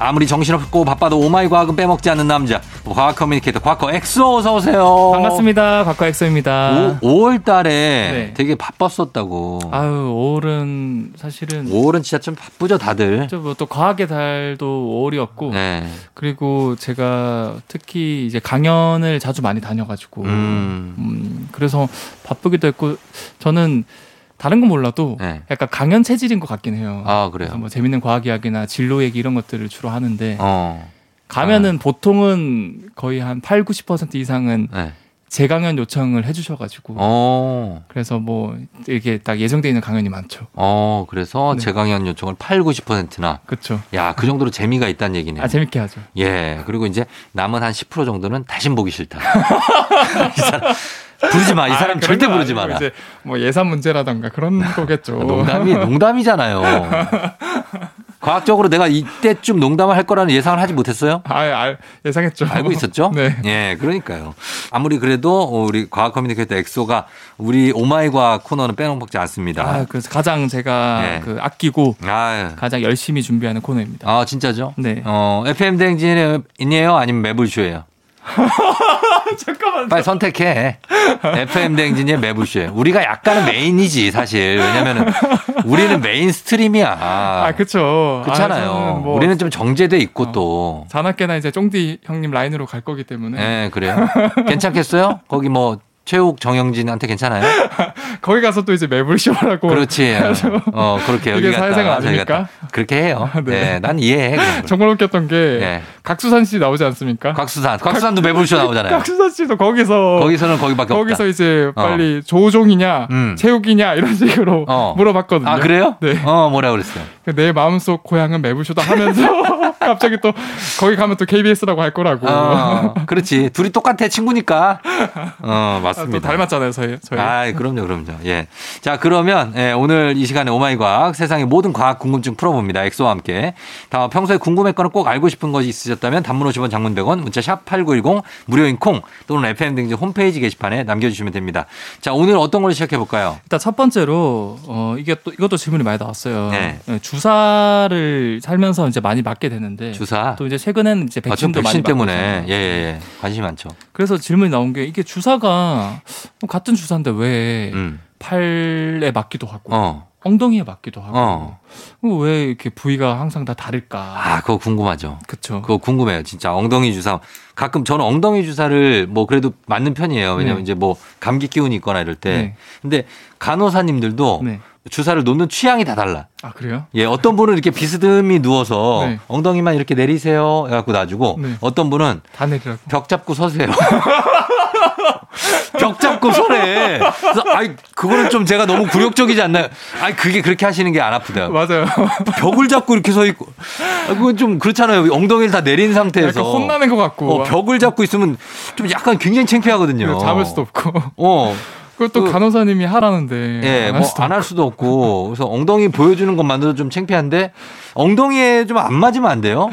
아무리 정신없고 바빠도 오마이 과학은 빼먹지 않는 남자. 과학 커뮤니케이터 과커 엑소 어서 오세요. 반갑습니다. 곽과엑소입니다. 5월 달에 네. 되게 바빴었다고. 아유, 5월은 사실은 5월은 진짜 좀 바쁘죠, 다들. 좀 뭐또 과학의 달도 5월이었고 네. 그리고 제가 특히 이제 강연을 자주 많이 다녀가지고 음. 음, 그래서 바쁘기도 했고 저는 다른 건 몰라도 네. 약간 강연 체질인 것 같긴 해요. 아, 그래서 그래요. 뭐 재밌는 과학 이야기나 진로 얘기 이런 것들을 주로 하는데 어. 가면은 보통은 거의 한 8, 90% 이상은 네. 재강연 요청을 해주셔가지고 어. 그래서 뭐 이렇게 딱 예정돼 있는 강연이 많죠. 어, 그래서 네. 재강연 요청을 8, 90%나. 그렇죠. 야, 그 정도로 재미가 있다는 얘기네요. 아 재밌게 하죠. 예. 그리고 이제 남은 한 10% 정도는 다신 보기 싫다. 이 사람, 부르지 마. 이 사람 아, 그런 절대 건 부르지 아니고 마라. 아, 이제 뭐 예산 문제라던가 그런 거겠죠. 농담이 농담이잖아요. 과학적으로 내가 이때쯤 농담을 할 거라는 예상을 하지 못했어요? 아, 아, 예상했죠. 알고 있었죠? 네. 예, 그러니까요. 아무리 그래도 우리 과학 커뮤니케이터 엑소가 우리 오마이 과학 코너는 빼놓지 않습니다. 아, 그래서 가장 제가 네. 그 아끼고 아, 가장 열심히 준비하는 코너입니다. 아 진짜죠? 네. 어, FM 댕진이에요? 아니면 매불쇼예요? 아, 잠깐만. 빨리 선택해. FM 댕진이에 매불쇼예요. 우리가 약간은 메인이지 사실. 왜냐면은 우리는 메인스트림이야. 아, 그쵸. 그렇잖아요. 아, 저는 뭐 어. 우리는 좀 정제돼 있고 또. 자나깨나 이제 쫑디 형님 라인으로 갈 거기 때문에 예, 그래요. 괜찮겠어요? 거기 뭐 최욱 정영진한테 괜찮아요? 거기 가서 또 이제 매불쇼라고 그렇지. 어, 그렇게 뭐, 이게 여기 갔다 사회생활 저기 갔다. 그렇게 해요. 네. 네. 난 이해해. 그런 걸. 정말 웃겼던 게 예. 각수산 씨 나오지 않습니까? 곽수산. 곽수산도 매불쇼 나오잖아요. 각수산 씨도 거기서 네. 거기서는 거기밖에 거기서 없다. 어. 이제 빨리 조종이냐 음. 체육이냐 이런 식으로 어. 물어봤거든요. 아, 그래요? 네. 어, 뭐라 그랬어요? 내 마음속 고향은 매부쇼다 하면서 갑자기 또 거기 가면 또 KBS라고 할 거라고. 어, 그렇지. 둘이 똑같아. 친구니까. 어, 아, 또 맞습니다. 닮았잖아요, 저희. 저희. 아, 그럼요, 그럼요. 예. 자, 그러면 예, 오늘 이 시간에 오마이 과학 세상의 모든 과학 궁금증 풀어봅니다. 엑소와 함께. 다 평소에 궁금했거나 꼭 알고 싶은 것이 있으셨다면 단문 50원, 장문 100원, 문자 샵 #8910 무료인 콩 또는 FM 등지 홈페이지 게시판에 남겨주시면 됩니다. 자, 오늘 어떤 걸로 시작해 볼까요? 일단 첫 번째로 어 이게 또 이것도 질문이 많이 나왔어요. 네. 네, 주사를 살면서 이제 많이 맞게 되는데 주사. 또 이제 최근에는 이제 아, 전 백신도 많이 백신 맞고 때문에 있잖아요. 예, 예, 예. 관심이 많죠. 그래서 질문이 나온 게 이게 주사가 뭐 같은 주사인데 왜 음. 팔에 맞기도 하고 어. 엉덩이에 맞기도 하고 뭐 어. 왜 이렇게 부위가 항상 다 다를까? 아, 그거 궁금하죠. 그렇죠. 그거 궁금해요. 진짜 엉덩이 주사. 가끔 저는 엉덩이 주사를 뭐 그래도 맞는 편이에요. 왜냐면 네. 이제 뭐 감기 기운이 있거나 이럴 때. 네. 근데 간호사님들도 네. 주사를 놓는 취향이 다 달라. 아 그래요? 예, 어떤 분은 이렇게 비스듬히 누워서 네. 엉덩이만 이렇게 내리세요 해갖고 놔주고 네. 어떤 분은 다 내리라고. 벽 잡고 서세요. 벽 잡고 서래. 그래서 아이 그거는 좀 제가 너무 굴욕적이지 않나요? 아이 그게 그렇게 하시는 게 안 아프다. 맞아요. 벽을 잡고 이렇게 서 있고 아, 그건 좀 그렇잖아요. 엉덩이를 다 내린 상태에서 약간 혼나는 것 같고 어, 벽을 잡고 있으면 좀 약간 굉장히 창피하거든요. 뭐 네, 잡을 수도 없고 어, 그것도 그- 간호사님이 하라는데 예, 뭐안안할 수도 할 수도 없고 그래서 엉덩이 보여주는 것만으로 좀 창피한데 엉덩이에 좀 안 맞으면 안 돼요.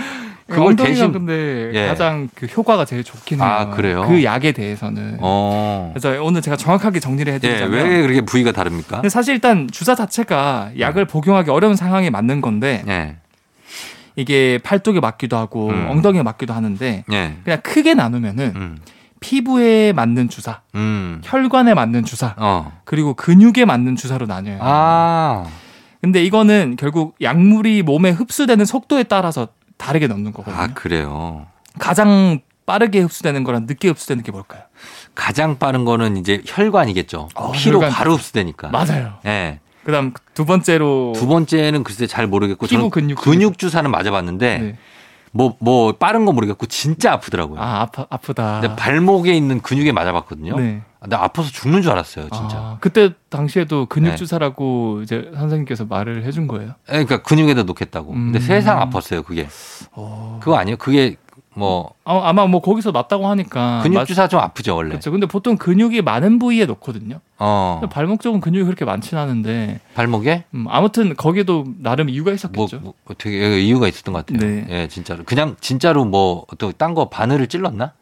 그걸 네, 엉덩이가 대신 근데 예. 가장 그 효과가 제일 좋긴 해요. 아, 그래요? 그 약에 대해서는. 어, 그래서 오늘 제가 정확하게 정리를 예, 해드리자면 왜 음. 그렇게 부위가 다릅니까? 근데 사실 일단 주사 자체가 약을 복용하기 어려운 상황에 맞는 건데 예, 이게 팔뚝에 맞기도 하고 음. 엉덩이에 맞기도 하는데 예, 그냥 크게 나누면은 음, 피부에 맞는 주사, 음, 혈관에 맞는 주사, 어, 그리고 근육에 맞는 주사로 나뉘어요. 아, 근데 이거는 결국 약물이 몸에 흡수되는 속도에 따라서 다르게 넣는 거거든요. 아 그래요. 가장 빠르게 흡수되는 거랑 늦게 흡수되는 게 뭘까요? 가장 빠른 거는 이제 혈관이겠죠. 어, 피로 혈관. 바로 흡수되니까. 맞아요. 예. 그다음 두 번째로 두 번째는 글쎄 잘 모르겠고 피부 저는 근육 근육 주사는 맞아봤는데 네. 뭐 뭐 빠른 건 모르겠고 진짜 아프더라고요. 아 아파 아프다. 근데 발목에 있는 근육에 맞아봤거든요. 네. 나 아파서 죽는 줄 알았어요, 진짜. 아, 그때 당시에도 근육 네. 주사라고 이제 선생님께서 말을 해준 거예요. 에, 그러니까 근육에다 놓겠다고. 근데 어, 음. 그 세상 아팠어요, 그게. 그거 아니에요? 그게 뭐 아, 아마 뭐 거기서 맞다고 하니까 아, 맞- 근육 주사 좀 아프죠 원래. 그렇죠. 근데 보통 근육이 많은 부위에 놓거든요. 어 근데 발목 쪽은 근육이 그렇게 많진 않은데 발목에 음, 아무튼 거기도 나름 이유가 뭐, 있었겠죠. 뭐 되게 이유가 있었던 것 같아요. 네. 예 진짜로 그냥 진짜로 뭐 또 딴 거 바늘을 찔렀나?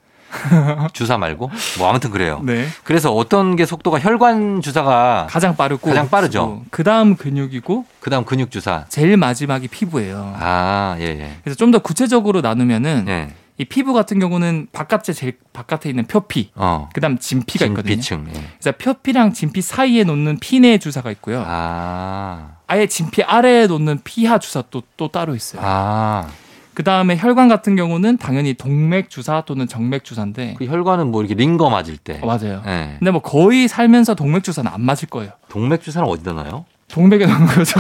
주사 말고 뭐 아무튼 그래요. 네. 그래서 어떤 게 속도가 혈관 주사가 아, 가장 빠르고 가장 빠르죠. 그 다음 근육이고 그다음 근육 주사 제일 마지막이 피부예요. 아 예예 그래서 좀 더 구체적으로 나누면은 예. 이 피부 같은 경우는 바깥에 제일 바깥에 있는 표피, 어 그다음 진피가 있거든요. 진피층 예. 그래서 표피랑 진피 사이에 놓는 피내 주사가 있고요. 아 아예 진피 아래에 놓는 피하 주사 또, 또 따로 있어요. 아, 그 다음에 혈관 같은 경우는 당연히 동맥 주사 또는 정맥 주사인데 그 혈관은 뭐 이렇게 링거 맞을 때. 어, 맞아요. 예. 근데 뭐 거의 살면서 동맥 주사는 안 맞을 거예요. 동맥 주사는 어디다 넣어요? 동맥에 넣은 거죠.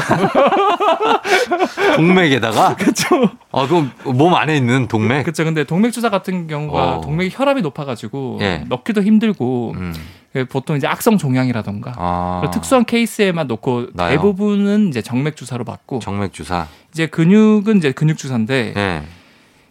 동맥에다가? 그렇죠. 아, 그럼 몸 안에 있는 동맥? 그렇죠. 근데 동맥 주사 같은 경우가 네. 어. 동맥이 혈압이 높아가지고 예. 넣기도 힘들고 예, 음. 보통 이제 악성 종양이라던가 아. 그런 특수한 케이스에만 놓고 나요? 대부분은 이제 정맥 주사로 맞고 정맥 주사. 이제 근육은 이제 근육 주사인데 예.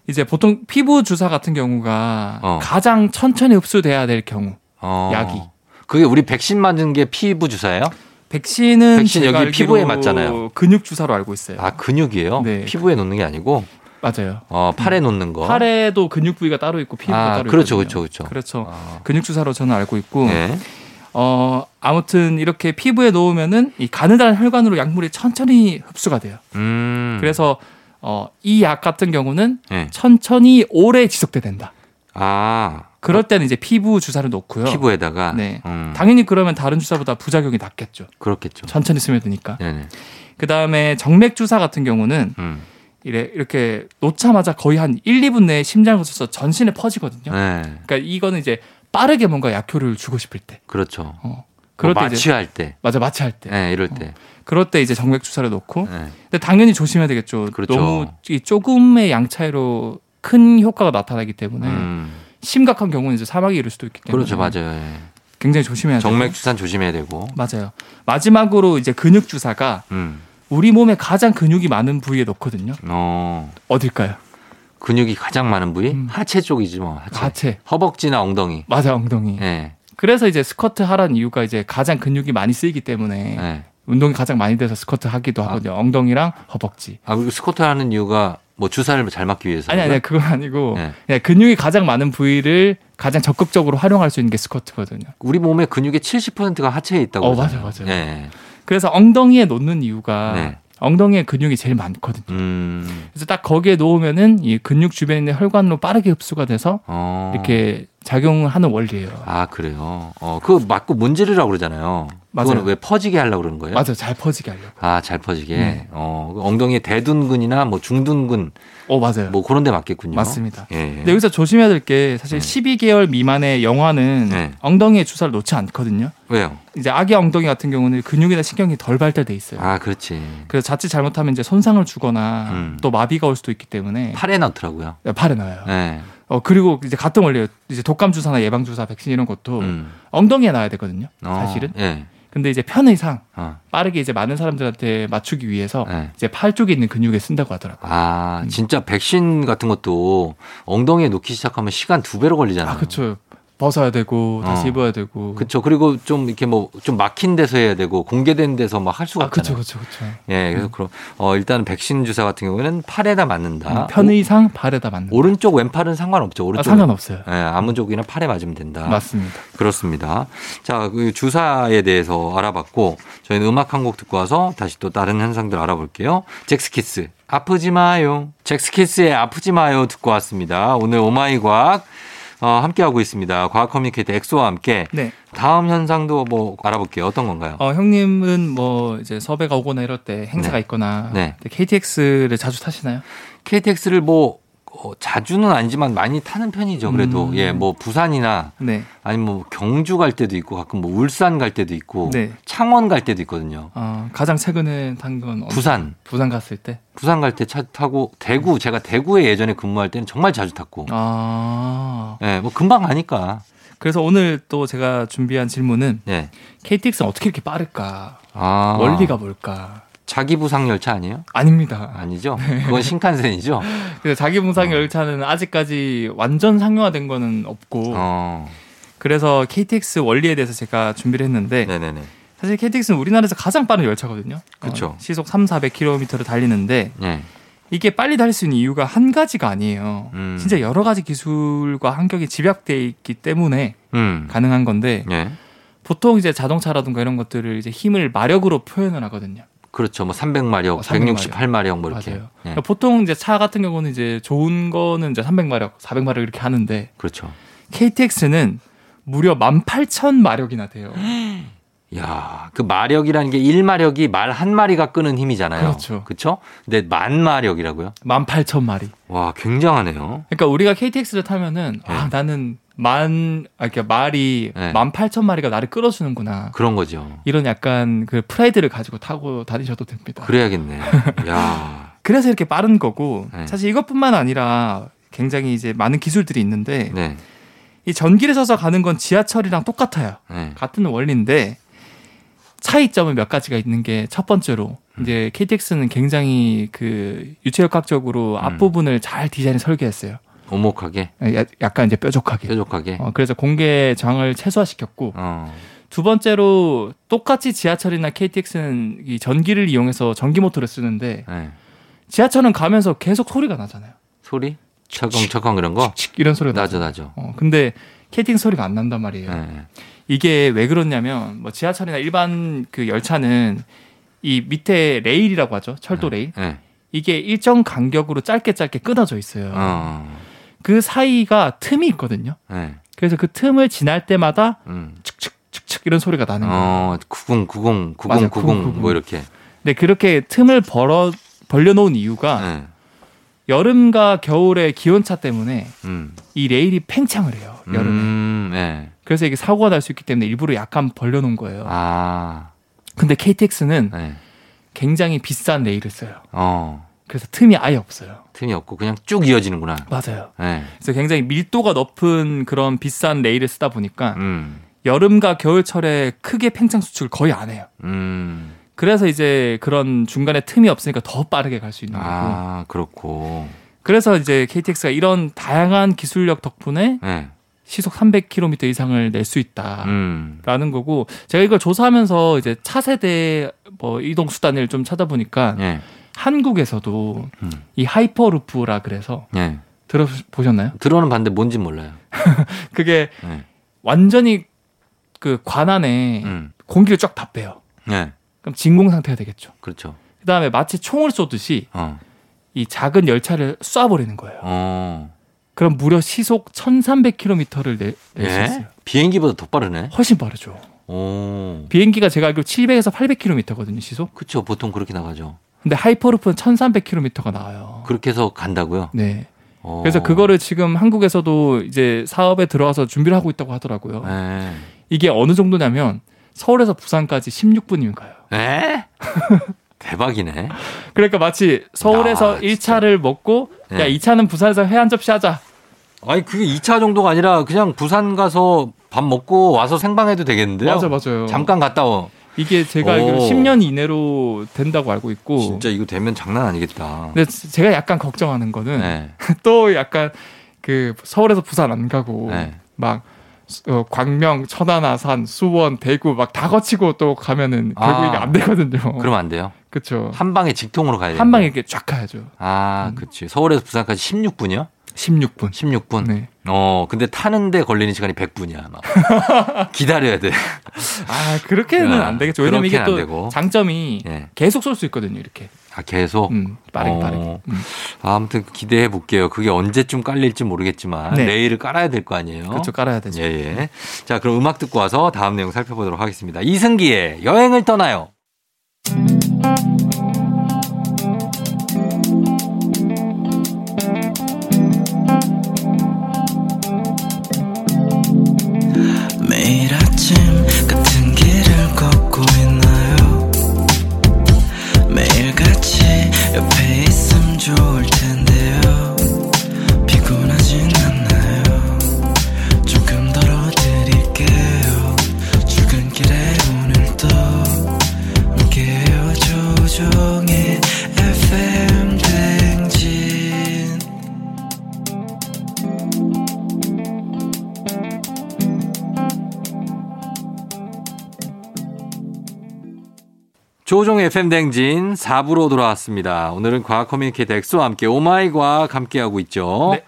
이제 보통 피부 주사 같은 경우가 어. 가장 천천히 흡수돼야 될 경우 어. 약이. 그게 우리 백신 맞은 게 피부 주사예요? 백신은 백신 제가 여기 피부에 알기로 맞잖아요. 근육 주사로 알고 있어요. 아, 근육이에요? 네. 피부에 놓는 게 아니고 맞아요. 어, 팔에 놓는 거. 팔에도 근육 부위가 따로 있고 피부가 아, 따로 그렇죠, 있거든요. 그렇죠, 그렇죠. 그렇죠. 아. 근육 주사로 저는 알고 있고 예. 어 아무튼 이렇게 피부에 놓으면은 이 가느다란 혈관으로 약물이 천천히 흡수가 돼요. 음. 그래서 어이 약 같은 경우는 예. 천천히 오래 지속돼 된다. 아. 그럴 때는 이제 피부 주사를 놓고요. 피부에다가. 네. 음, 당연히 그러면 다른 주사보다 부작용이 낮겠죠. 그렇겠죠. 천천히 스며드니까. 네네. 그 다음에 정맥 주사 같은 경우는 음. 이래 이렇게 놓자마자 거의 한 1, 2분 내에 심장을 거쳐서 전신에 퍼지거든요. 네. 그러니까 이거는 이제 빠르게 뭔가 약효를 주고 싶을 때. 그렇죠. 어. 뭐 그럴 때 이제 네. 마취할 때. 맞아 마취할 때. 예, 이럴 때. 그럴 때 이제 정맥 주사를 놓고. 예. 근데 당연히 조심해야 되겠죠. 그렇죠. 너무 이 조금의 양 차이로 큰 효과가 나타나기 때문에 음, 심각한 경우는 이제 사망이 이를 수도 있기 때문에 그렇죠, 맞아요. 예. 굉장히 조심해야 돼요. 정맥 주산 조심해야 되고. 맞아요. 마지막으로 이제 근육 주사가 음, 우리 몸에 가장 근육이 많은 부위에 놓거든요. 어, 어딜까요? 근육이 가장 많은 부위 음. 하체 쪽이지 뭐. 하체. 하체. 허벅지나 엉덩이. 맞아 엉덩이. 예, 그래서 이제 스쿼트 하라는 이유가 이제 가장 근육이 많이 쓰이기 때문에 예. 운동이 가장 많이 돼서 스쿼트 하기도 하거든요. 엉덩이랑 허벅지. 아 그리고 스쿼트 하는 이유가 뭐 주사를 잘 맞기 위해서. 아니 아니 그건 아니고 예. 그냥 근육이 가장 많은 부위를 가장 적극적으로 활용할 수 있는 게 스쿼트거든요. 우리 몸의 근육의 70%가 하체에 있다고. 어, 그러잖아요. 맞아요, 맞아요. 예. 그래서 엉덩이에 놓는 이유가 네. 엉덩이에 근육이 제일 많거든요. 음. 그래서 딱 거기에 놓으면은 이 근육 주변에 있는 혈관로 빠르게 흡수가 돼서 어. 이렇게 작용하는 원리예요. 아 그래요. 어, 그거 맞고 문지르라고 그러잖아요. 맞아요. 그거는 왜 퍼지게 하려고 그러는 거예요? 맞아, 잘 퍼지게 하려고. 아, 잘 퍼지게. 네. 어, 그 엉덩이에 대둔근이나 뭐 중둔근 어, 맞아요. 뭐 그런 데 맞겠군요. 맞습니다. 네. 예. 근데 여기서 조심해야 될 게 사실 음. 12개월 미만의 영아는 네. 엉덩이에 주사를 놓지 않거든요. 왜요? 이제 아기 엉덩이 같은 경우는 근육이나 신경이 덜 발달돼 있어요. 아, 그렇지. 그래서 자칫 잘못하면 이제 손상을 주거나 음. 아. 또 마비가 올 수도 있기 때문에 네, 팔에 넣더라고요. 팔에 넣어요. 예. 어 그리고 이제 같은 원리예요. 이제 독감 주사나 예방 주사, 백신 이런 것도 음. 엉덩이에 놔야 되거든요. 어, 사실은. 예. 근데 이제 편의상 어, 빠르게 이제 많은 사람들한테 맞추기 위해서 예. 이제 팔 쪽에 있는 근육에 쓴다고 하더라고요. 음. 아, 진짜 백신 같은 것도 엉덩이에 놓기 시작하면 시간 두 배로 걸리잖아요. 아 그쵸. 벗어야 되고 다시 음. 어. 입어야 되고. 그쵸. 그리고 좀 이렇게 뭐 좀 막힌 데서 해야 되고 공개된 데서 막 할 수가 아 그쵸 음. 없잖아요. 그쵸 그쵸. 예, 그래서 그럼 어 일단 백신 주사 같은 경우에는 팔에다 맞는다. 음, 편의상 발에다 맞는. 오, 른쪽 왼팔은 상관없죠. 아, 오른쪽 상관없어요. 예, 아무 쪽이나 팔에 맞으면 된다. 맞습니다. 그렇습니다. 자, 그 주사에 대해서 알아봤고 저희는 음악 한 곡 듣고 와서 다시 또 다른 현상들 알아볼게요. 잭스키스 아프지 마요. 잭스키스의 아프지 마요 듣고 왔습니다. 오늘 오마이 과학 어, 함께하고 있습니다. 과학 커뮤니케이터 엑소와 함께 네. 다음 현상도 뭐 알아볼게요. 어떤 건가요? 어, 형님은 뭐 이제 섭외가 오거나 이럴 때 행사가 있거나 네. 근데 KTX를 자주 타시나요? KTX를 뭐 어, 자주는 아니지만 많이 타는 편이죠. 그래도 음. 예, 뭐 부산이나 네. 아니면 뭐 경주 갈 때도 있고 가끔 뭐 울산 갈 때도 있고 네. 창원 갈 때도 있거든요. 어, 가장 최근에 탄 건 부산 부산 갔을 때. 부산 갈 때 차 타고 대구 제가 대구에 예전에 근무할 때는 정말 자주 탔고 아. 예, 뭐 금방 가니까 그래서 오늘 또 제가 준비한 질문은 예. KTX는 어떻게 이렇게 빠를까? 아. 원리가 뭘까? 자기 부상 열차 아니에요? 아닙니다. 아니죠. 그건 신칸센이죠. 근데 자기 분상 어. 열차는 아직까지 완전 상용화된 거는 없고 어. 그래서 KTX 원리에 대해서 제가 준비를 했는데 네네네. 사실 KTX는 우리나라에서 가장 빠른 열차거든요. 그쵸. 어, 시속 3, 400km를 달리는데 예. 이게 빨리 달릴 수 있는 이유가 한 가지가 아니에요. 음. 진짜 여러 가지 기술과 환경이 집약돼 있기 때문에 음. 가능한 건데 예. 보통 이제 자동차라든가 이런 것들을 이제 힘을 마력으로 표현을 하거든요. 그렇죠. 뭐 300마력, 어, 168마력 뭐 이렇게. 맞아요. 예. 그러니까 보통 이제 차 같은 경우는 이제 좋은 거는 이제 300마력, 400마력 이렇게 하는데 그렇죠. KTX는 무려 18,000마력이나 돼요. 야, 그 마력이라는 게 1마력이 말 한 마리가 끄는 힘이잖아요. 그렇죠. 그렇죠? 근데 만 마력이라고요? 18,000마리. 와, 굉장하네요. 그러니까 우리가 KTX를 타면은 아, 네. 나는 만 아, 그러니까 말이 네. 18,000마리가 나를 끌어주는구나. 그런 거죠. 이런 약간 그 프라이드를 가지고 타고 다니셔도 됩니다. 그래야겠네. 야. 그래서 이렇게 빠른 거고 네. 사실 이것뿐만 아니라 굉장히 이제 많은 기술들이 있는데 네. 이 전기를 써서 가는 건 지하철이랑 똑같아요. 네. 같은 원리인데 차이점은 몇 가지가 있는 게 첫 번째로 음. 이제 KTX는 굉장히 그 유체역학적으로 음. 앞부분을 잘 디자인 설계했어요. 오목하게, 야- 약간 이제 뾰족하게. 뾰족하게. 어, 그래서 공개 장을 최소화시켰고 어. 두 번째로 똑같이 지하철이나 KTX는 이 전기를 이용해서 전기 모터를 쓰는데 네. 지하철은 가면서 계속 소리가 나잖아요. 소리? 철컹철컹 이런 거? 칙칙 이런 소리가 나죠. 나죠, 나죠. 어, 근데 KTX 소리가 안 난단 말이에요. 네. 이게 왜 그렇냐면 뭐 지하철이나 일반 그 열차는 이 밑에 레일이라고 하죠 철도 레일 네. 이게 일정 간격으로 짧게 짧게 끊어져 있어요 어. 그 사이가 틈이 있거든요 네. 그래서 그 틈을 지날 때마다 음. 칙칙 이런 소리가 나는 거예요 어, 90, 90, 90, 맞아요. 90, 90. 뭐 이렇게. 근데 그렇게 틈을 벌어 벌려놓은 이유가 네. 여름과 겨울의 기온차 때문에 음. 이 레일이 팽창을 해요 여름에 음, 네. 그래서 이게 사고가 날 수 있기 때문에 일부러 약간 벌려놓은 거예요 아, 근데 KTX는 네. 굉장히 비싼 레일을 써요 어. 그래서 틈이 아예 없어요 틈이 없고 그냥 쭉 이어지는구나. 맞아요. 네. 그래서 굉장히 밀도가 높은 그런 비싼 레일을 쓰다 보니까 음. 여름과 겨울철에 크게 팽창 수축을 거의 안 해요. 음. 그래서 이제 그런 중간에 틈이 없으니까 더 빠르게 갈 수 있는 거고. 아, 그렇고. 그래서 이제 KTX가 이런 다양한 기술력 덕분에 네. 시속 300km 이상을 낼 수 있다. 음. 라는 거고 제가 이걸 조사하면서 이제 차세대 뭐 이동 수단을 좀 찾아보니까 예. 한국에서도 음. 이 하이퍼루프라 그래서 예. 들어보셨나요? 들어는 봤는데 뭔지 몰라요. 그게 예. 완전히 그 관 안에 음. 공기를 쫙 다 빼요. 예. 그럼 진공 상태가 되겠죠. 그렇죠. 그 다음에 마치 총을 쏘듯이 어. 이 작은 열차를 쏴버리는 거예요. 어. 그럼 무려 시속 1,300km를 낼 수 예. 있어요. 비행기보다 더 빠르네. 훨씬 빠르죠. 오. 비행기가 제가 알기로 700에서 800km거든요, 시속. 그렇죠. 보통 그렇게 나가죠. 근데 하이퍼루프는 1,300km가 나와요. 그렇게 해서 간다고요. 네. 어. 그래서 그거를 지금 한국에서도 이제 사업에 들어와서 준비를 하고 있다고 하더라고요. 예. 이게 어느 정도냐면 서울에서 부산까지 16분이면 가요. 에? 예? 대박이네. 그러니까 마치 서울에서 야, 일 1차를 먹고 야 네. 2차는 부산에서 회 한 접시 하자. 아니 그게 2차 정도가 아니라 그냥 부산 가서 밥 먹고 와서 생방해도 되겠는데요. 맞아 맞아요. 잠깐 갔다 오. 이게 제가 알기로 오. 10년 이내로 된다고 알고 있고. 진짜 이거 되면 장난 아니겠다. 근데 제가 약간 걱정하는 거는 네. 또 약간 그 서울에서 부산 안 가고 네. 막 수- 어, 광명, 천안아산, 수원, 대구 막 다 거치고 또 가면은 결국 아. 이게 안 되거든요. 그러면 안 돼요. 그렇죠. 한 방에 직통으로 가야 돼요. 한 방에 음. 이렇게 쫙 가야죠. 아, 그치. 서울에서 부산까지 16분이요? 16분. 16분. 네. 어, 근데 타는데 걸리는 시간이 100분이야, 아마. 기다려야 돼. 아 그렇게는 야, 안 되겠죠. 왜냐면 이게 그렇게는 안 또 되고. 장점이 예. 계속 쏠 수 있거든요. 이렇게. 아, 계속. 음, 빠르게 어. 빠르게. 음. 아무튼 기대해 볼게요. 그게 언제쯤 깔릴지 모르겠지만 네. 레일을 깔아야 될 거 아니에요. 그렇죠. 깔아야 되죠. 예, 예. 자, 그럼 음악 듣고 와서 다음 내용 살펴보도록 하겠습니다. 이승기의 여행을 떠나요. 매일 아침 같은 길을 걷고 있나요 매일 같이 옆에 있음 좋을 텐데요 피곤하진 않나요 조금 덜어드릴게요 출근길에 오늘도 조종 FM 댕진 4부로 돌아왔습니다. 오늘은 과학 커뮤니케이터 엑소와 함께 오마이 과학 함께하고 있죠. 네.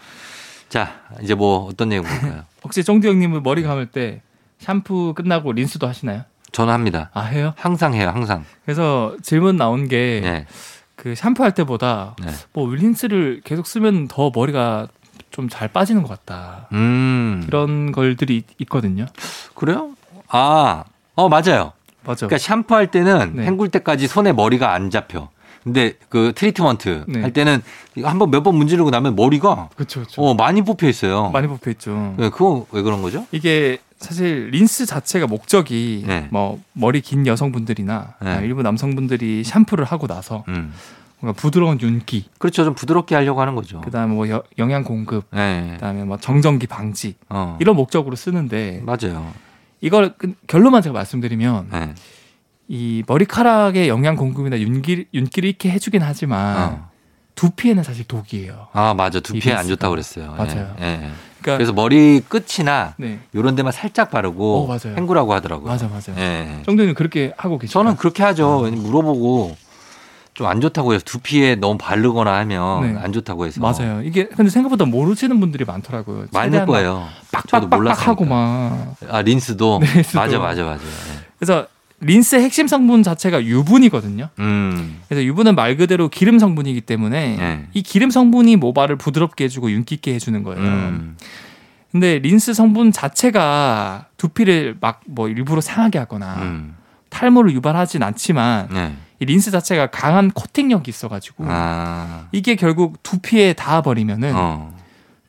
자, 이제 뭐 어떤 내용 볼까요? 혹시 쫑디 형님은 머리 감을 때 샴푸 끝나고 린스도 하시나요? 전화합니다. 아 해요? 항상 해요, 항상. 그래서 질문 나온 게 예. 그 샴푸할 때보다 네. 뭐 린스를 계속 쓰면 더 머리가 좀 잘 빠지는 것 같다. 음. 이런 걸들이 있- 있거든요. 그래요? 아, 어, 맞아요. 맞아. 그러니까 샴푸할 때는 그렇죠. 네. 헹굴 때까지 손에 머리가 안 잡혀. 근데 그 트리트먼트 네. 할 때는 한 번 몇 번 문지르고 나면 머리가 그렇죠. 그렇죠. 어, 많이 뽑혀 있어요. 많이 뽑혀 있죠. 네, 그거 왜 그런 거죠? 이게 사실 린스 자체가 목적이 네. 뭐 머리 긴 여성분들이나 네. 일부 남성분들이 샴푸를 하고 나서 음. 뭔가 부드러운 윤기, 그렇죠. 좀 부드럽게 하려고 하는 거죠. 그다음에 뭐 여- 영양 공급, 어. 네. 그다음에 뭐 정전기 방지 어. 이런 목적으로 쓰는데 맞아요. 이걸 그- 결론만 제가 말씀드리면 네. 이 머리카락에 영양 공급이나 윤기 윤기를 있게 해주긴 하지만 어. 두피에는 사실 독이에요. 아, 맞아. 두피에 안 이비스가. 좋다고 그랬어요. 예, 맞아요. 예, 예. 그러니까 그래서 머리 끝이나 네 요런 데만 살짝 바르고 어, 맞아요. 헹구라고 하더라고요. 맞아 맞아요. 예. 정도는 그렇게 하고 계시죠. 저는 그렇게 아. 하죠. 왜냐면 물어보고 좀 안 좋다고 해서 두피에 너무 바르거나 하면 네. 안 좋다고 해서 맞아요. 이게 근데 생각보다 모르시는 분들이 많더라고요. 많을 최대한 막 거예요. 저도 몰랐으니까. 빡빡빡하고 막. 아 린스도 네, 린스도. 맞아 맞아 맞아. 예. 그래서 린스 핵심 성분 자체가 유분이거든요. 음. 그래서 유분은 말 그대로 기름 성분이기 때문에 네. 이 기름 성분이 모발을 부드럽게 해주고 윤기 있게 해주는 거예요. 음. 근데 린스 성분 자체가 두피를 막 뭐 일부러 상하게 하거나 음. 탈모를 유발하진 않지만 네. 이 린스 자체가 강한 코팅력이 있어가지고 아. 이게 결국 두피에 닿아버리면은 어.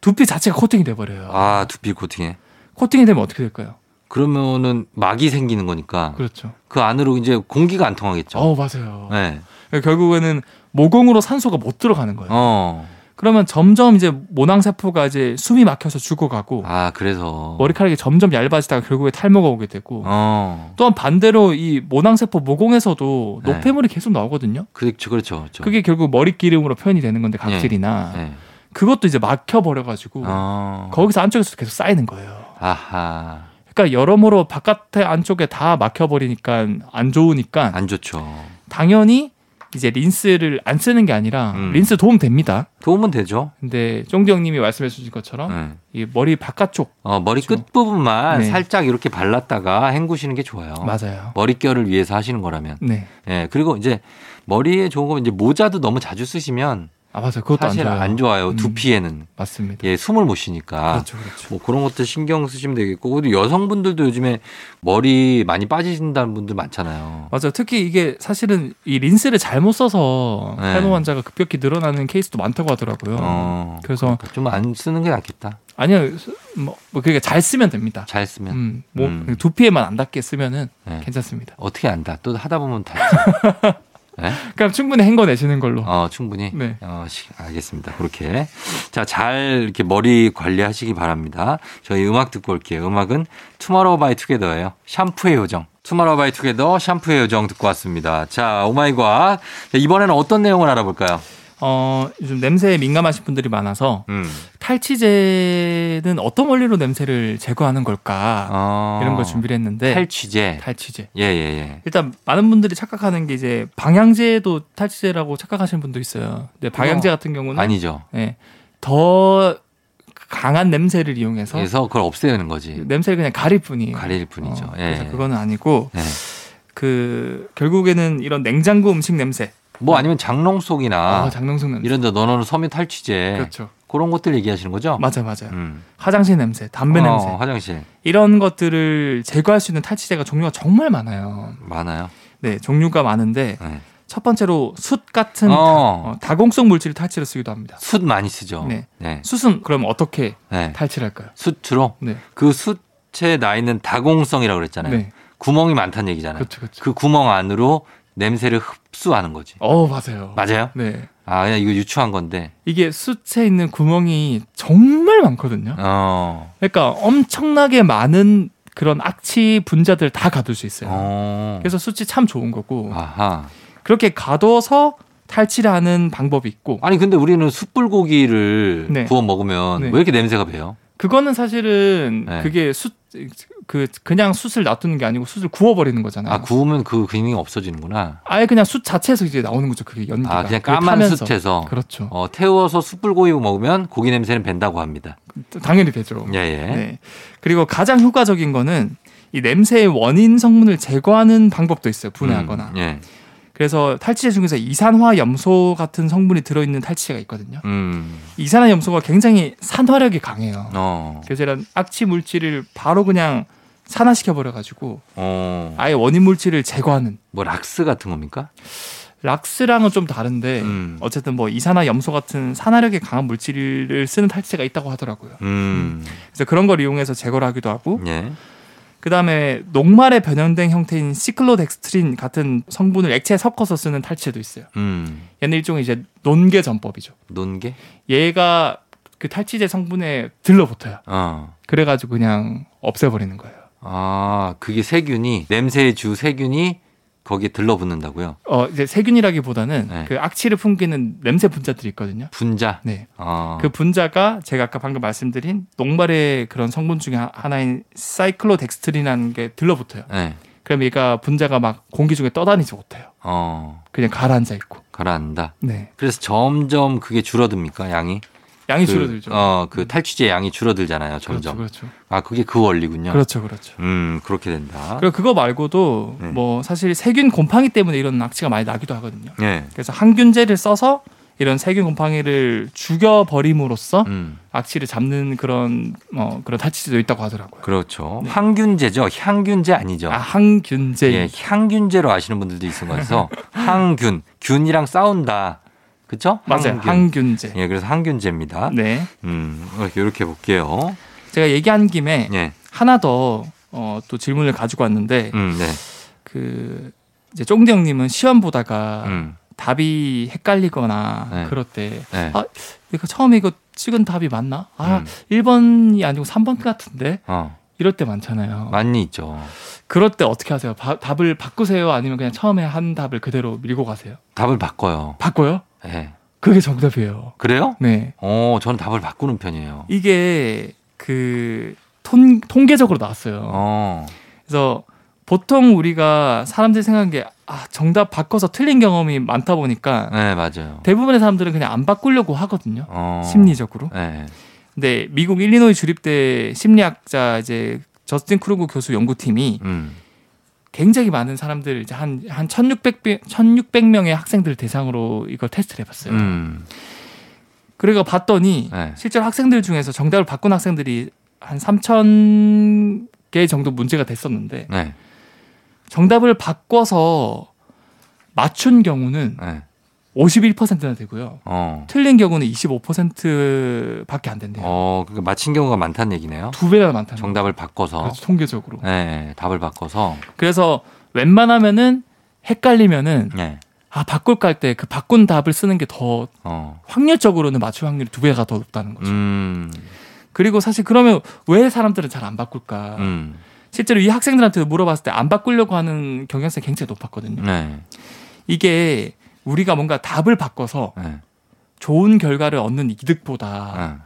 두피 자체가 코팅이 돼버려요. 아 두피 코팅에. 코팅이 되면 어떻게 될까요? 그러면은 막이 생기는 거니까 그렇죠. 그 안으로 이제 공기가 안 통하겠죠. 어 맞아요. 네. 그러니까 결국에는 모공으로 산소가 못 들어가는 거예요. 어. 그러면 점점 이제 모낭 세포가 이제 숨이 막혀서 죽어가고 아 그래서. 머리카락이 점점 얇아지다가 결국에 탈모가 오게 되고 어. 또한 반대로 이 모낭 세포 모공에서도 네. 노폐물이 계속 나오거든요. 그렇죠 그렇죠. 그렇죠. 그게 결국 머리 기름으로 표현이 되는 건데 각질이나 네. 그것도 이제 막혀 버려 가지고 어. 거기서 안쪽에서 계속 쌓이는 거예요. 아하. 그러니까 여러모로 바깥에 안쪽에 다 막혀 버리니까 안 좋으니까 안 좋죠. 당연히 이제 린스를 안 쓰는 게 아니라 음. 린스 도움 됩니다. 도움은 되죠. 근데 쫑디 형님이 말씀해 주신 것처럼 네. 이 머리 바깥쪽 어, 머리 어? 그렇죠. 끝 부분만 네. 살짝 이렇게 발랐다가 헹구시는 게 좋아요. 맞아요. 머릿결을 위해서 하시는 거라면. 네. 예. 그리고 이제 머리에 좋은 건 이제 모자도 너무 자주 쓰시면 아 맞아요. 그것도 사실 안 좋아요. 안 좋아요. 음. 두피에는 맞습니다. 예, 숨을 못 쉬니까. 그렇죠, 그렇죠. 뭐 그런 것도 신경 쓰시면 되겠고 그리고 여성분들도 요즘에 머리 많이 빠지신다는 분들 많잖아요. 맞아요. 특히 이게 사실은 이 린스를 잘못 써서 네. 탈모 환자가 급격히 늘어나는 케이스도 많다고 하더라고요. 어. 그래서 좀 안 쓰는 게 낫겠다. 아니요, 쓰- 뭐, 뭐 그게 잘 쓰면 됩니다. 잘 쓰면 음, 뭐 음. 두피에만 안 닿게 쓰면은 네. 괜찮습니다. 어떻게 안다. 또 하다 보면 다. 예? 그럼 충분히 헹궈내시는 걸로. 어, 충분히. 네. 어, 시- 알겠습니다. 그렇게. 자, 잘 이렇게 머리 관리하시기 바랍니다. 저희 음악 듣고 올게요. 음악은 투마로우 바이 투게더예요. 샴푸의 요정. 투마로우 바이 투게더 샴푸의 요정 듣고 왔습니다. 자, 오마이갓. 자, 이번에는 어떤 내용을 알아볼까요? 어, 요즘 냄새에 민감하신 분들이 많아서 음. 탈취제는 어떤 원리로 냄새를 제거하는 걸까 어, 이런 걸 준비를 했는데 탈취제. 탈취제. 예, 예, 예. 일단 많은 분들이 착각하는 게 이제 방향제도 탈취제라고 착각하시는 분도 있어요. 근데 방향제 같은 경우는 아니죠. 예, 더 강한 냄새를 이용해서 그래서 그걸 없애는 거지. 냄새를 그냥 가릴 뿐이에요. 가릴 뿐이죠. 어, 예. 그래서 그거는 아니고 예. 그 결국에는 이런 냉장고 음식 냄새, 뭐 아니면 장롱 속이나 아, 장롱성 냄새, 이런 데 넣어놓은 섬유 탈취제. 그렇죠. 그런 것들 얘기하시는 거죠? 맞아 맞아. 요 음. 화장실 냄새, 담배 어, 냄새 화장실 이런 것들을 제거할 수 있는 탈취제가 종류가 정말 많아요. 많아요. 네, 종류가 많은데 네. 첫 번째로 숯 같은 어. 다- 어, 다공성 물질을 탈취로 쓰기도 합니다. 숯 많이 쓰죠. 네. 네. 숯은 그럼 어떻게 네. 탈취할까요? 숯으로 네, 그 숯에 나 있는 다공성이라고 그랬잖아요. 네, 구멍이 많다는 얘기잖아요. 그 그렇죠, 그렇죠. 구멍 안으로 냄새를 흡수하는 거지. 어 맞아요. 맞아요? 네, 아 그냥 이거 유추한 건데. 이게 숯에 있는 구멍이 정말 많거든요. 어. 그러니까 엄청나게 많은 그런 악취 분자들 뭐. 다 가둘 수 있어요. 어. 그래서 숯이 참 좋은 거고 아하. 그렇게 가둬서 탈취를 하는 방법이 있고 아니 근데 우리는 숯불고기를 네. 구워 먹으면 네. 왜 이렇게 냄새가 배요? 그거는 사실은 네. 그게 숯 그 그냥 숯을 놔두는 게 아니고 숯을 구워버리는 거잖아요. 아, 구우면 그 기능이 없어지는구나. 아예 그냥 숯 자체에서 이제 나오는 거죠. 그게 연기가. 아, 그냥 그러니까 그걸 까만 타면서. 숯에서. 그렇죠. 어, 태워서 숯불고기 먹으면 고기 냄새는 밴다고 합니다. 당연히 되죠. 예, 예. 네. 그리고 가장 효과적인 거는 이 냄새의 원인 성분을 제거하는 방법도 있어요. 분해하거나. 음, 예. 그래서 탈취제 중에서 이산화 염소 같은 성분이 들어있는 탈취제가 있거든요. 음, 이산화 염소가 굉장히 산화력이 강해요. 어, 그래서 이런 악취 물질을 바로 그냥 산화시켜 버려가지고 어, 아예 원인 물질을 제거하는 뭐 락스 같은 겁니까? 락스랑은 좀 다른데 음. 어쨌든 뭐 이산화 염소 같은 산화력이 강한 물질을 쓰는 탈취제가 있다고 하더라고요. 음, 그래서 그런 걸 이용해서 제거를 하기도 하고 예. 그다음에 녹말에 변형된 형태인 시클로덱스트린 같은 성분을 액체에 섞어서 쓰는 탈취제도 있어요. 음, 얘는 일종의 이제 논개 전법이죠. 논개? 얘가 그 탈취제 성분에 들러붙어요. 어. 그래가지고 그냥 없애버리는 거예요. 아, 그게 세균이, 냄새의 주 세균이 거기에 들러붙는다고요? 어 이제 세균이라기보다는 네. 그 악취를 풍기는 냄새 분자들이 있거든요. 분자. 네. 어. 그 분자가 제가 아까 방금 말씀드린 녹말의 그런 성분 중에 하- 하나인 사이클로덱스트린이라는 게 들러붙어요. 네. 그럼 얘가 분자가 막 공기 중에 떠다니지 못해요. 어, 그냥 가라앉아 있고. 가라앉는다. 네. 그래서 점점 그게 줄어듭니까, 양이? 양이 그, 줄어들죠. 어, 그 탈취제 양이 줄어들잖아요, 점점. 그렇죠, 아, 그게 그 원리군요. 그렇죠. 그렇죠, 그렇죠. 음, 그렇게 된다. 그리고 그거 말고도 네. 뭐 사실 세균 곰팡이 때문에 이런 악취가 많이 나기도 하거든요. 예. 그래서 항균제를 써서 이런 세균 곰팡이를 죽여 버림으로써 음, 악취를 잡는 그런 어 그런 탈취제도 있다고 하더라고요. 그렇죠. 네. 항균제죠. 향균제 아니죠. 아, 항균제. 예, 향균제로 아시는 분들도 있을 것 같아서 항균, 균이랑 싸운다. 그렇죠? 맞아요. 항균제. 예, 그래서 항균제입니다. 네. 음, 이렇게, 이렇게 볼게요. 제가 얘기한 김에 예. 하나 더 어, 또 질문을 가지고 왔는데 음, 네. 그 이제 쫑대 형님은 시험 보다가 음. 답이 헷갈리거나 네. 그럴 때 네. 아, 내가 처음에 이거 찍은 답이 맞나? 아, 음. 1번이 아니고 3번 같은데? 어, 이럴 때 많잖아요. 많이 있죠. 그럴 때 어떻게 하세요? 바- 답을 바꾸세요? 아니면 그냥 처음에 한 답을 그대로 밀고 가세요? 답을 바꿔요. 바꿔요? 예. 그게 정답이에요. 그래요? 네. 어, 저는 답을 바꾸는 편이에요. 이게 그 통, 통계적으로 나왔어요. 어, 그래서 보통 우리가 사람들이 생각한 게 아, 정답 바꿔서 틀린 경험이 많다 보니까 네, 맞아요. 대부분의 사람들은 그냥 안 바꾸려고 하거든요. 어, 심리적으로. 네. 근데 미국 일리노이 주립대 심리학자 이제 저스틴 크루그 교수 연구팀이 음, 굉장히 굉장히 많은 사람들 이제 한한 1600명 1600명의 학생들을 대상으로 이걸 테스트를 해 봤어요. 음, 그래가 봤더니 네. 실제로 학생들 중에서 정답을 바꾼 학생들이 한 3000개 정도 문제가 됐었는데 네, 정답을 바꿔서 맞춘 경우는 네. 51%나 되고요. 어, 틀린 경우는 25%밖에 안 된대요. 어, 그러니까 맞힌 경우가 많다는 얘기네요. 두 배나 많다는 거예요. 정답을 바꿔서, 그렇죠, 통계적으로. 네, 답을 바꿔서, 그래서 웬만하면은 헷갈리면은 네, 아 바꿀까 할 때 그 바꾼 답을 쓰는 게 더 어, 확률적으로는 맞출 확률이 두 배가 더 높다는 거죠. 음, 그리고 사실 그러면 왜 사람들은 잘 안 바꿀까? 음, 실제로 이 학생들한테 물어봤을 때 안 바꾸려고 하는 경향성이 굉장히 높았거든요. 네, 이게 우리가 뭔가 답을 바꿔서 네, 좋은 결과를 얻는 이득보다 네.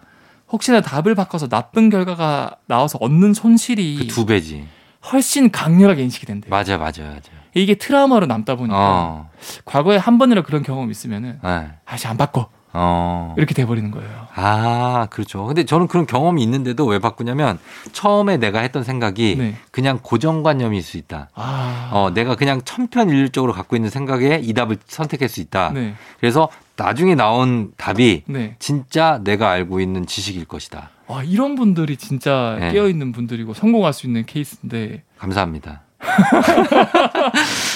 혹시나 답을 바꿔서 나쁜 결과가 나와서 얻는 손실이 그 두 배지. 훨씬 강렬하게 인식이 된대요. 맞아, 맞아, 맞아. 이게 트라우마로 남다 보니까 어, 과거에 한 번이라 그런 경험이 있으면은 네, 아씨 안 바꿔 어. 이렇게 돼버리는 거예요. 아, 그렇죠. 근데 저는 그런 경험이 있는데도 왜 바꾸냐면 처음에 내가 했던 생각이 네. 그냥 고정관념일 수 있다. 아. 어, 내가 그냥 천편일률적으로 갖고 있는 생각에 이 답을 선택할 수 있다. 네. 그래서 나중에 나온 답이 네. 진짜 내가 알고 있는 지식일 것이다. 와 아, 이런 분들이 진짜 네. 깨어 있는 분들이고 성공할 수 있는 케이스인데. 감사합니다.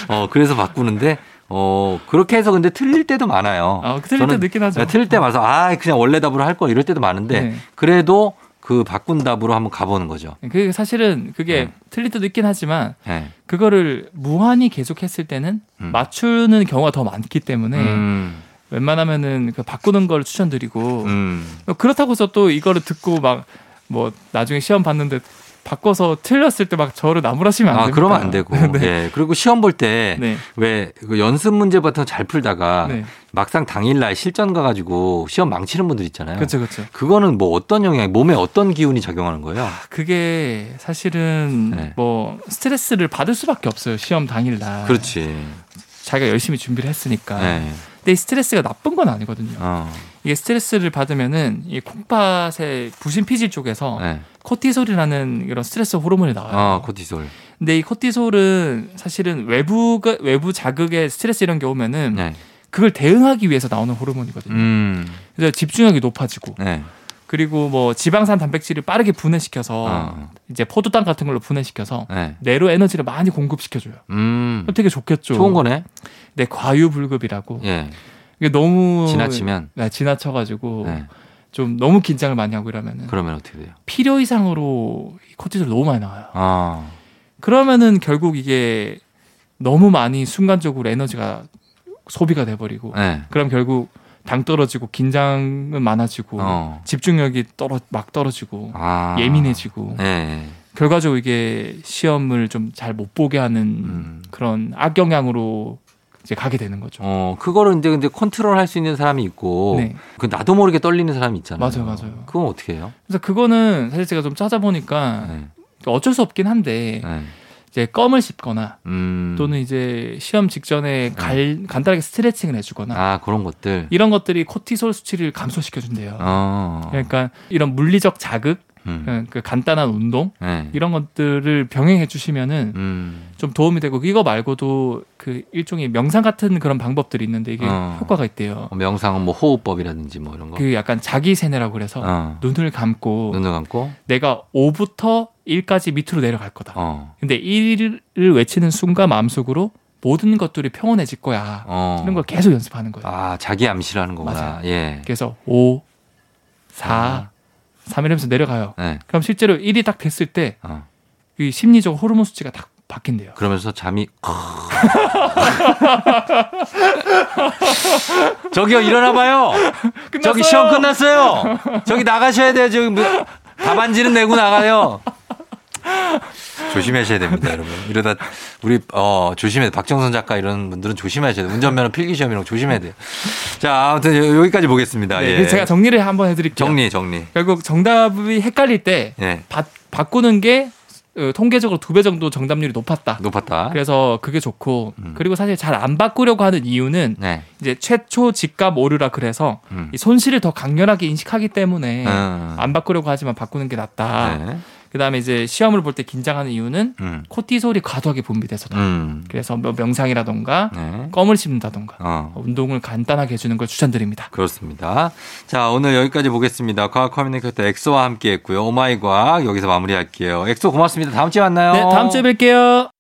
어, 그래서 바꾸는데, 어, 그렇게 해서 근데 틀릴 때도 많아요. 아, 그 틀릴 때 어, 저는 늦긴 하죠. 네, 틀릴 때 많아서, 아, 그냥 원래 답으로 할 걸 이럴 때도 많은데, 네. 그래도 그 바꾼 답으로 한번 가보는 거죠. 그 사실은 그게 네. 틀릴 때도 있긴 하지만 네. 그거를 무한히 계속했을 때는 음. 맞추는 경우가 더 많기 때문에 음, 웬만하면은 그 바꾸는 걸 추천드리고 음, 그렇다고 해서 또 이거를 듣고 막 뭐 나중에 시험 봤는데 바꿔서 틀렸을 때 막 저를 나무라시면 안 아, 됩니다. 그러면 안 되고. 예. 그리고 시험 볼 때 네. 왜, 그 연습 문제 같은 거 잘 풀다가 네. 막상 당일날 실전 가가지고 시험 망치는 분들 있잖아요. 그렇죠, 그렇죠. 그거는 뭐 어떤 영향, 몸에 어떤 기운이 작용하는 거예요? 아, 그게 사실은 네. 뭐 스트레스를 받을 수밖에 없어요. 시험 당일 날. 그렇지. 자기가 열심히 준비를 했으니까. 네. 근데 이 스트레스가 나쁜 건 아니거든요. 어. 이게 스트레스를 받으면은 이 콩팥의 부신 피질 쪽에서 네. 코티솔이라는 이런 스트레스 호르몬이 나와요. 어, 코티솔. 근데 이 코티솔은 사실은 외부가 외부 자극에 스트레스 이런 게 오면은 네. 그걸 대응하기 위해서 나오는 호르몬이거든요. 음. 그래서 집중력이 높아지고 네. 그리고 뭐 지방산 단백질을 빠르게 분해시켜서 어. 이제 포도당 같은 걸로 분해시켜서 네. 뇌로 에너지를 많이 공급시켜줘요. 음. 그럼 되게 좋겠죠. 좋은 거네. 네, 과유불급이라고. 예. 이게 너무 지나치면. 네, 지나쳐가지고 네. 좀 너무 긴장을 많이 하고 이러면은 그러면 어떻게 돼요? 필요 이상으로 이 코티솔 너무 많이 나와요. 아. 그러면은 결국 이게 너무 많이 순간적으로 에너지가 소비가 돼버리고 네. 그럼 결국 당 떨어지고 긴장은 많아지고 어. 집중력이 떨어 막 떨어지고 아. 예민해지고 예, 예. 결과적으로 이게 시험을 좀 잘 못 보게 하는 음. 그런 악영향으로 이제 가게 되는 거죠. 어, 그거를 이제 근데 컨트롤 할 수 있는 사람이 있고, 네. 그 나도 모르게 떨리는 사람이 있잖아요. 맞아요, 맞아요. 그건 어떻게 해요? 그래서 그거는 사실 제가 좀 찾아보니까 네. 어쩔 수 없긴 한데 네. 이제 껌을 씹거나 음. 네. 또는 이제 시험 직전에 갈- 간단하게 스트레칭을 해주거나 아, 그런 것들. 이런 것들이 코티솔 수치를 감소시켜준대요. 어. 그러니까 이런 물리적 자극, 음. 그러니까 그 간단한 운동 네. 이런 것들을 병행해 주시면은 음. 좀 도움이 되고 이거 말고도 그 일종의 명상 같은 그런 방법들이 있는데 이게 어. 효과가 있대요. 어, 명상은 뭐 호흡법이라든지 뭐 이런 거. 그 약간 자기 세뇌라고 그래서 어. 눈을 감고 눈을 감고. 내가 5부터 1까지 밑으로 내려갈 거다. 어. 근데 1을 외치는 순간 마음속으로 모든 것들이 평온해질 거야. 어. 이런 걸 계속 연습하는 거예요. 아, 자기 암시라는 거구나. 맞아요. 예. 그래서 5, 아. 4, 3 이러면서 내려가요. 네. 그럼 실제로 1이 딱 됐을 때 이 어. 심리적 호르몬 수치가 딱 바뀐대요. 그러면서 잠이 저기요 일어나 봐요. 저기 시험 끝났어요. 저기 나가셔야 돼요. 지금 뭐 답안지는 내고 나가요. 조심하셔야 됩니다, 여러분. 이러다 우리 어 조심해. 박정선 작가 이런 분들은 조심하셔야 돼요. 운전면허 필기 시험 이런 거 조심해야 돼요. 자, 아무튼 여- 여기까지 보겠습니다. 네, 예. 그래서 제가 정리를 한번 해드릴게요. 정리 정리. 결국 정답이 헷갈릴 때 예. 바, 바꾸는 게 어, 통계적으로 두 배 정도 정답률이 높았다. 높았다. 그래서 그게 좋고 음. 그리고 사실 잘 안 바꾸려고 하는 이유는 네. 이제 최초 집값 오류라 그래서 음. 이 손실을 더 강렬하게 인식하기 때문에 음. 안 바꾸려고 하지만 바꾸는 게 낫다. 네. 그다음에 이제 시험을 볼 때 긴장하는 이유는 음. 코티솔이 과도하게 분비돼서다. 음. 그래서 뭐 명상이라던가 네. 껌을 씹는다던가 어. 운동을 간단하게 해주는 걸 추천드립니다. 그렇습니다. 자, 오늘 여기까지 보겠습니다. 과학 커뮤니케이터 엑소와 함께 했고요. 오마이 과학 여기서 마무리할게요. 엑소 네, 고맙습니다. 다음 주에 만나요. 네, 다음 주에 뵐게요.